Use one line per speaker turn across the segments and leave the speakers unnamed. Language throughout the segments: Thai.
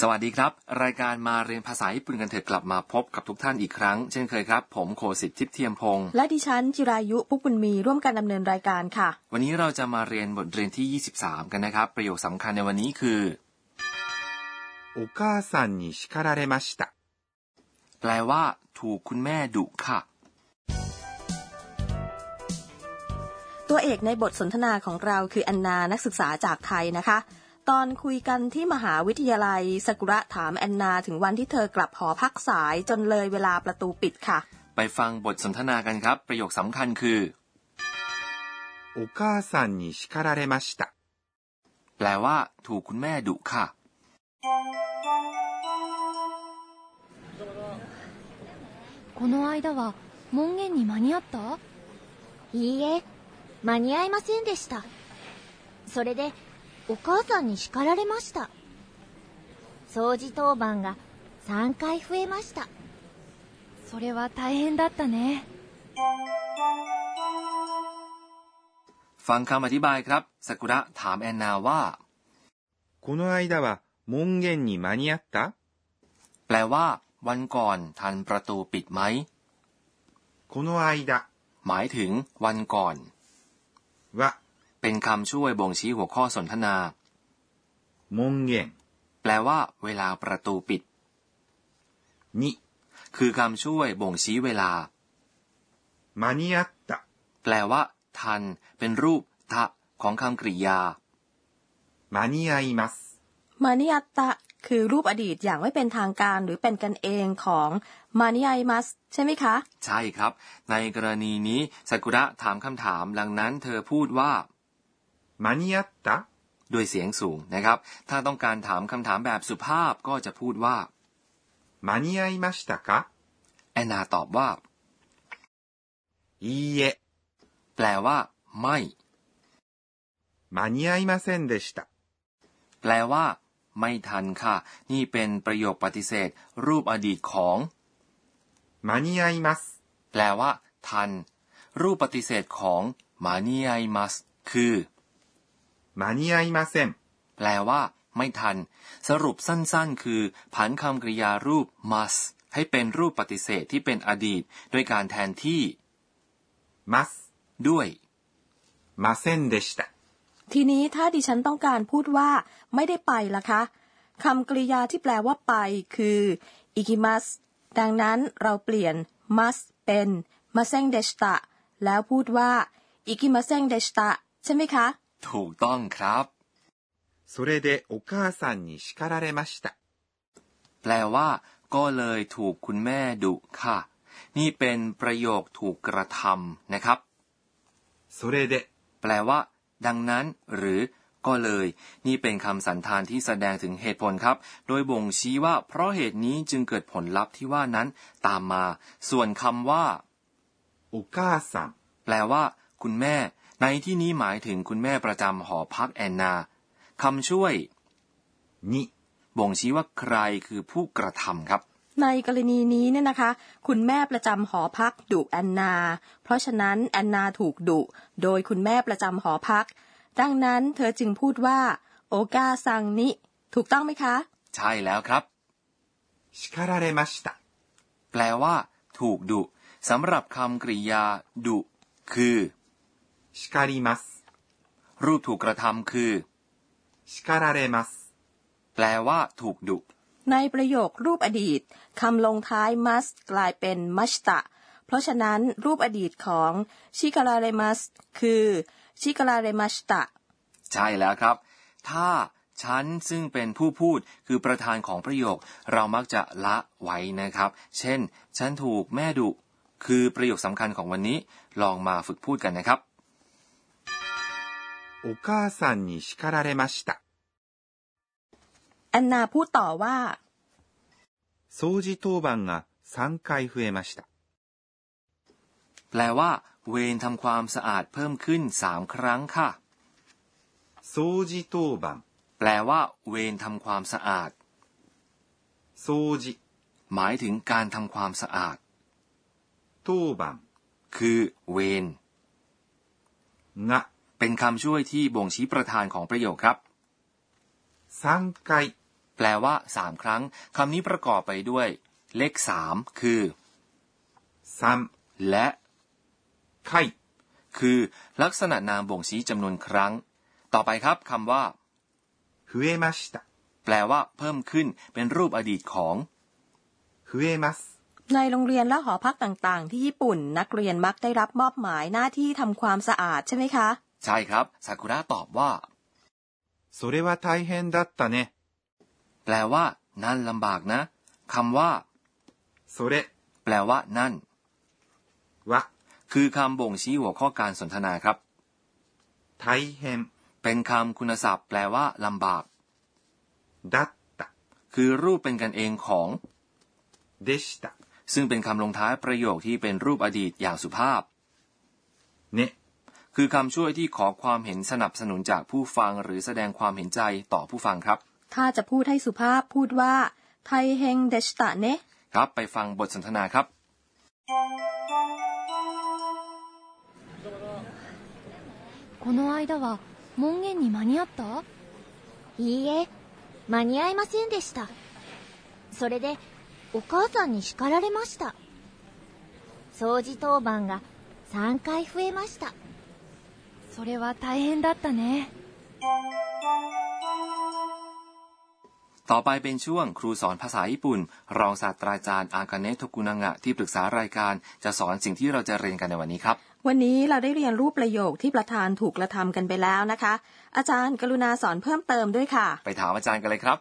สวัสดีครับ รายการมาเรียนภาษาญี่ปุ่นกันเถอะกลับมาพบกับทุกท่านอีกครั้ง เช่นเคยครับ ผมโคสิทธิ์ทิพย์เทียมพงศ์
และดิฉันจิรายุพุกบุญมีร่วมกันดำเนินรายการค่ะ
วันนี้เราจะมาเรียนบทเรียนที่ 23 กันนะครับ ประโยคสำคัญในวันนี้คือ
お母さんに叱られました。
แปลว่า ถูกคุณแม่ดุค่ะ
ตัวเอกในบทสนทนาของเราคืออันนานักศึกษาจากไทยนะคะ ตอนคุยกันที่มหาวิทยาลัยสกุระถามแอนนาถึงวันที่เธอกลับหอพักสายจนเลยเวลาประตูปิดค่ะ
ไปฟังบทสนทนากันครับ ประโยคสำคัญคือ
お母さんに叱られました。
แปลว่า ถูกคุณแม่ดุค่ะ
この間は門限に間に合った
いいえ、間に合いませんでした。それで、お母さんに叱られました。掃除当番が3回増えました。
それは大変だったね
ฟังคำอธิบายครับสกุระถามแอนนาว่า
この間は門限に間に合った
แปลว่า วันก่อนทันประตูปิดไหม
この間
หมายถึง วันก่อน
は
เป็นคำช่วยบ่งชี้หัวข้อสนทนา
門限
แปลว่า เวลาประตูปิด
に
คือคำช่วยบ่งชี้เวลา
間に合った
แปลว่า ทัน เป็นรูป ทะ ของคำกริยา
間に合います。
มานิอัตตะคือรูปอดีตอย่างไม่เป็นทางการหรือเป็นกันเองของมานิไอมัสใช่ไหมคะ
ใช่ครับ ในกรณีนี้สากุระถามคำถาม ดังนั้นเธอพูดว่า
間に合った
ด้วยเสียงสูงนะครับ ถ้าต้องการถามคำถามแบบสุภาพก็จะพูดว่า
間に合いましたか
แอนนาตอบว่า
いいえ、
แปลว่า ไม่
間に合いませんでした。
แปลว่า ไม่ทันค่ะ นี่เป็นประโยคปฏิเสธ รูปอดีตของ
間に合います。
แปลว่า ทัน รูปปฏิเสธของมานิไอมัสคือ
間に合いません。
แปลว่า ไม่ทัน สรุปสั้นๆ คือ ผันคำกริยารูป must ให้เป็นรูปปฏิเสธที่เป็นอดีต ด้วยการแทนที่
ます。
ด้วย
ませんでした。
ทีนี้ถ้าดิฉันต้องการพูดว่า ไม่ได้ไปล่ะคะคำกริยาที่แปลว่าไปคืออิกิมัสดังนั้นเราเปลี่ยน must เป็นมาเซงเดชตะแล้วพูดว่าอิกิมาเซงเดชตะใช่ไหมคะ
ถูกต้องครับ
それでお母さんに叱られました。
แปลว่า ก็เลยถูกคุณแม่ดุค่ะ นี่เป็นประโยคถูกกระทำนะครับ
それで
แปลว่า ดังนั้น หรือ ก็เลย นี่เป็นคำสันธานที่แสดงถึงเหตุผลครับ โดยบ่งชี้ว่า เพราะเหตุนี้จึงเกิดผลลัพธ์ที่ว่านั้น ตามมา ส่วนคำว่า
お母さん
แปลว่า คุณแม่ ในที่นี้หมายถึงคุณแม่ประจำหอพักแอนนาคำช่วย
に
บ่งชี้ว่าใครคือผู้กระทำครับ
ในกรณีนี้เนี่ยนะคะ คุณแม่ประจำหอพักดุแอนนา เพราะฉะนั้นแอนนาถูกดุโดยคุณแม่ประจำหอพัก ดังนั้นเธอจึงพูดว่า โอกาซังนิถูกต้องไหมคะ
ใช่แล้วครับ
叱られました。
แปลว่า ถูกดุสำหรับคำกริยา ดุ คือ
叱ります。
รูปถูกกระทำคือ
叱られます。
แปลว่า ถูกดุ
ในประโยครูปอดีตคำลงท้าย must กลายเป็น mashta เพราะฉะนั้นรูปอดีตของชิการาเรมัสคือชิการาเรมัสตะ
ใช่แล้วครับ ถ้าฉันซึ่งเป็นผู้พูดคือประธานของประโยค เรามักจะละไว้นะครับ เช่น ฉันถูกแม่ดุ คือประโยคสำคัญของวันนี้ ลองมาฝึกพูดกันนะครับ
お母さんに叱られました。
แอนนาพูดต่อว่า
掃除当番が3回増えました。
แปลว่า เวรทำความสะอาดเพิ่มขึ้นสามครั้งค่ะ
掃除当番、
แปลว่า เวรทำความสะอาด
掃除、
หมายถึงการทำความสะอาด
当番
คือ เวร
が
เป็นคำช่วยที่บ่งชี้ประธานของประโยคครับ
3回
แปล ลว่าสามครั้งคำนี้ประกอบไปด้วย เลขสามคือ
3
และ
回
คือลักษณะนามบ่งชี้จำนวนครั้ง ต่อไปครับคำว่า
増えました
แปลว่า เพิ่มขึ้นเป็นรูปอดีตของ
増えます
ในโรงเรียนและหอพักต่างๆ ที่ญี่ปุ่น นักเรียนมักได้รับมอบหมายหน้าที่ทำความสะอาดใช่ไหมคะ
ใช่ครับซากุระตอบว่า
それは大変だったね
แปลว่า นั่นลำบากนะคำว่า
それ
แปลว่า นั่น
は
คือคำบ่งชี้หัวข้อการสนทนาครับ
大変
เป็นคำคุณศัพท์ แปลว่าลำบาก
だった
คือรูปเป็นกันเองของ
でした
ซึ่งเป็นคำลงท้ายประโยคที่เป็นรูปอดีตอย่างสุภาพ
ね
คือคำช่วยที่ขอความเห็นสนับสนุนจากผู้ฟังหรือแสดงความเห็นใจต่อผู้ฟังครับ
ถ้าจะพูดให้สุภาพพูดว่าไทเฮงเดชตะเนะ
ครับไปฟังบทสนทนาครับ
この間は門限に間に合った
いいえ間に合いませんでしたそれでお母さんに叱られました掃除当番が3回増えました
それは大変だったね
ต่อไปเป็นช่วงครูสอนภาษาญี่ปุ่น รองศาสตราจารย์อากาเนะโทกุนางะที่ปรึกษารายการจะสอนสิ่งที่เราจะเรียนกันในวันนี้ครับ
วันนี้เราได้เรียนรูปประโยคที่ประธานถูกกระทำกันไปแล้วนะคะ อาจารย์กรุณาสอนเพิ่มเติมด้วยค่ะ
ไปถามอาจารย์กันเลยครับ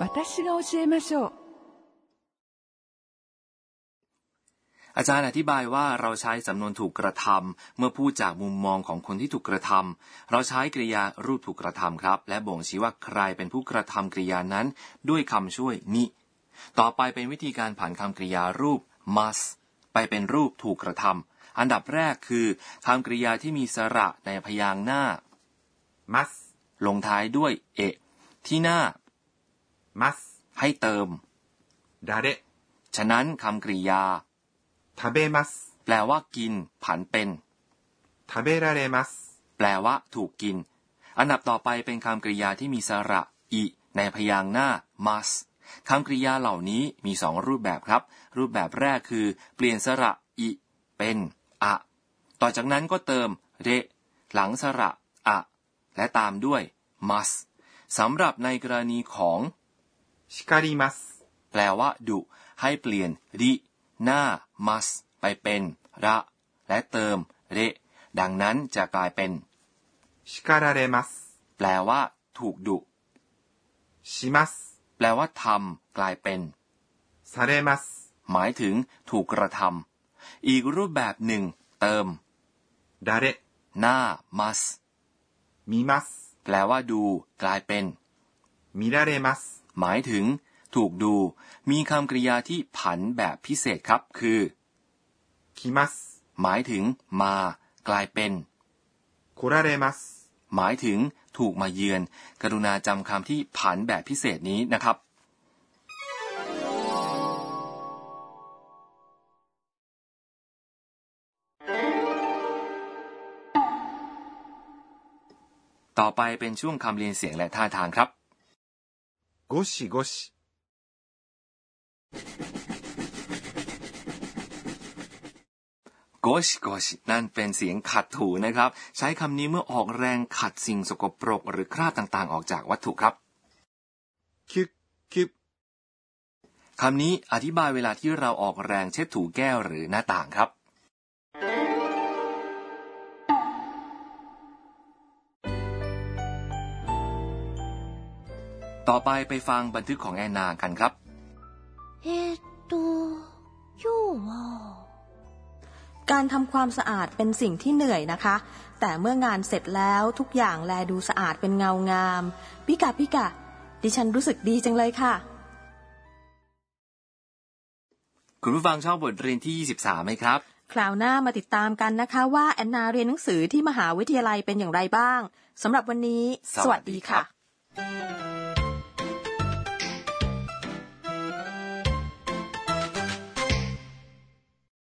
私が教えましょう
อาจารย์อธิบายว่าเราใช้สำนวนถูกกระทำเมื่อพูดจากมุมมองของคนที่ถูกกระทำเราใช้กริยารูปถูกกระทำครับ และบ่งชี้ว่าใครเป็นผู้กระทำกริยานั้น ด้วยคำช่วยนิต่อไปเป็นวิธีการผ่านคำกริยารูป must ไปเป็นรูปถูกกระทำอันดับแรกคือคำกริยาที่มีสระในพยางค์หน้า
ます
ลงท้ายด้วยเอะที่หน้า
ます
ให้เติม
誰
ฉะนั้นคำกริยา
食べます
แปลว่ากิน ผันเป็น
食べられます
แปลว่า ถูกกิน อันดับต่อไปเป็นคำกริยาที่มีสระอิในพยางค์หน้า must คำกริยาเหล่านี้มีสองรูปแบบครับ รูปแบบแรกคือ เปลี่ยนสระอิเป็นอะต่อจากนั้นก็เติมเรหลังสระอะและตามด้วย must สำหรับในกรณีของ
叱ります
แปลว่า ดุ ให้เปลี่ยนริหน้า must ไปเป็น ระ และเติมเรดังนั้นจะกลายเป็น
叱られます
แปลว่า ถูกดุ
します
แปลว่าทำกลายเป็น
されます
หมายถึง ถูกกระทำอีกรูปแบบหนึ่ง เติม
誰
หน้า must
見ます
แปลว่าดู กลายเป็น
見られます
หมายถึง ถูกดู มีคำกริยาที่ผันแบบพิเศษครับ คือ
来ます
หมายถึง มา กลายเป็น
来られます
หมายถึง ถูกมาเยือน กรุณาจำคำที่ผันแบบพิเศษนี้นะครับ ต่อไปเป็นช่วงคำเรียนเสียงและท่าทางครับ
ゴシゴシ
โกชโกชนั่นเป็นเสียงขัดถูนะครับ ใช้คำนี้เมื่อออกแรงขัดสิ่งสกปรกหรือคราบต่างๆ ออกจากวัตถุครับ
キュッキュッ
คำนี้อธิบายเวลาที่เราออกแรงเช็ดถูแก้วหรือหน้าต่างครับ ต่อไปไปฟังบันทึกของแอนนากันครับ
えーっと今日は
การทำความสะอาดเป็นสิ่งที่เหนื่อยนะคะ แต่เมื่องานเสร็จแล้วทุกอย่างแลดูสะอาดเป็นเงางาม พิกะพิกะ ดิฉันรู้สึกดีจังเลยค่ะ
คุณผู้ฟังชอบบทเรียนที่ 23 ไหมครับ
คราวหน้ามาติดตามกันนะคะว่าแอนนาเรียนหนังสือที่มหาวิทยาลัยเป็นอย่างไรบ้างสำหรับวันนี้ สวัสดีค่ะ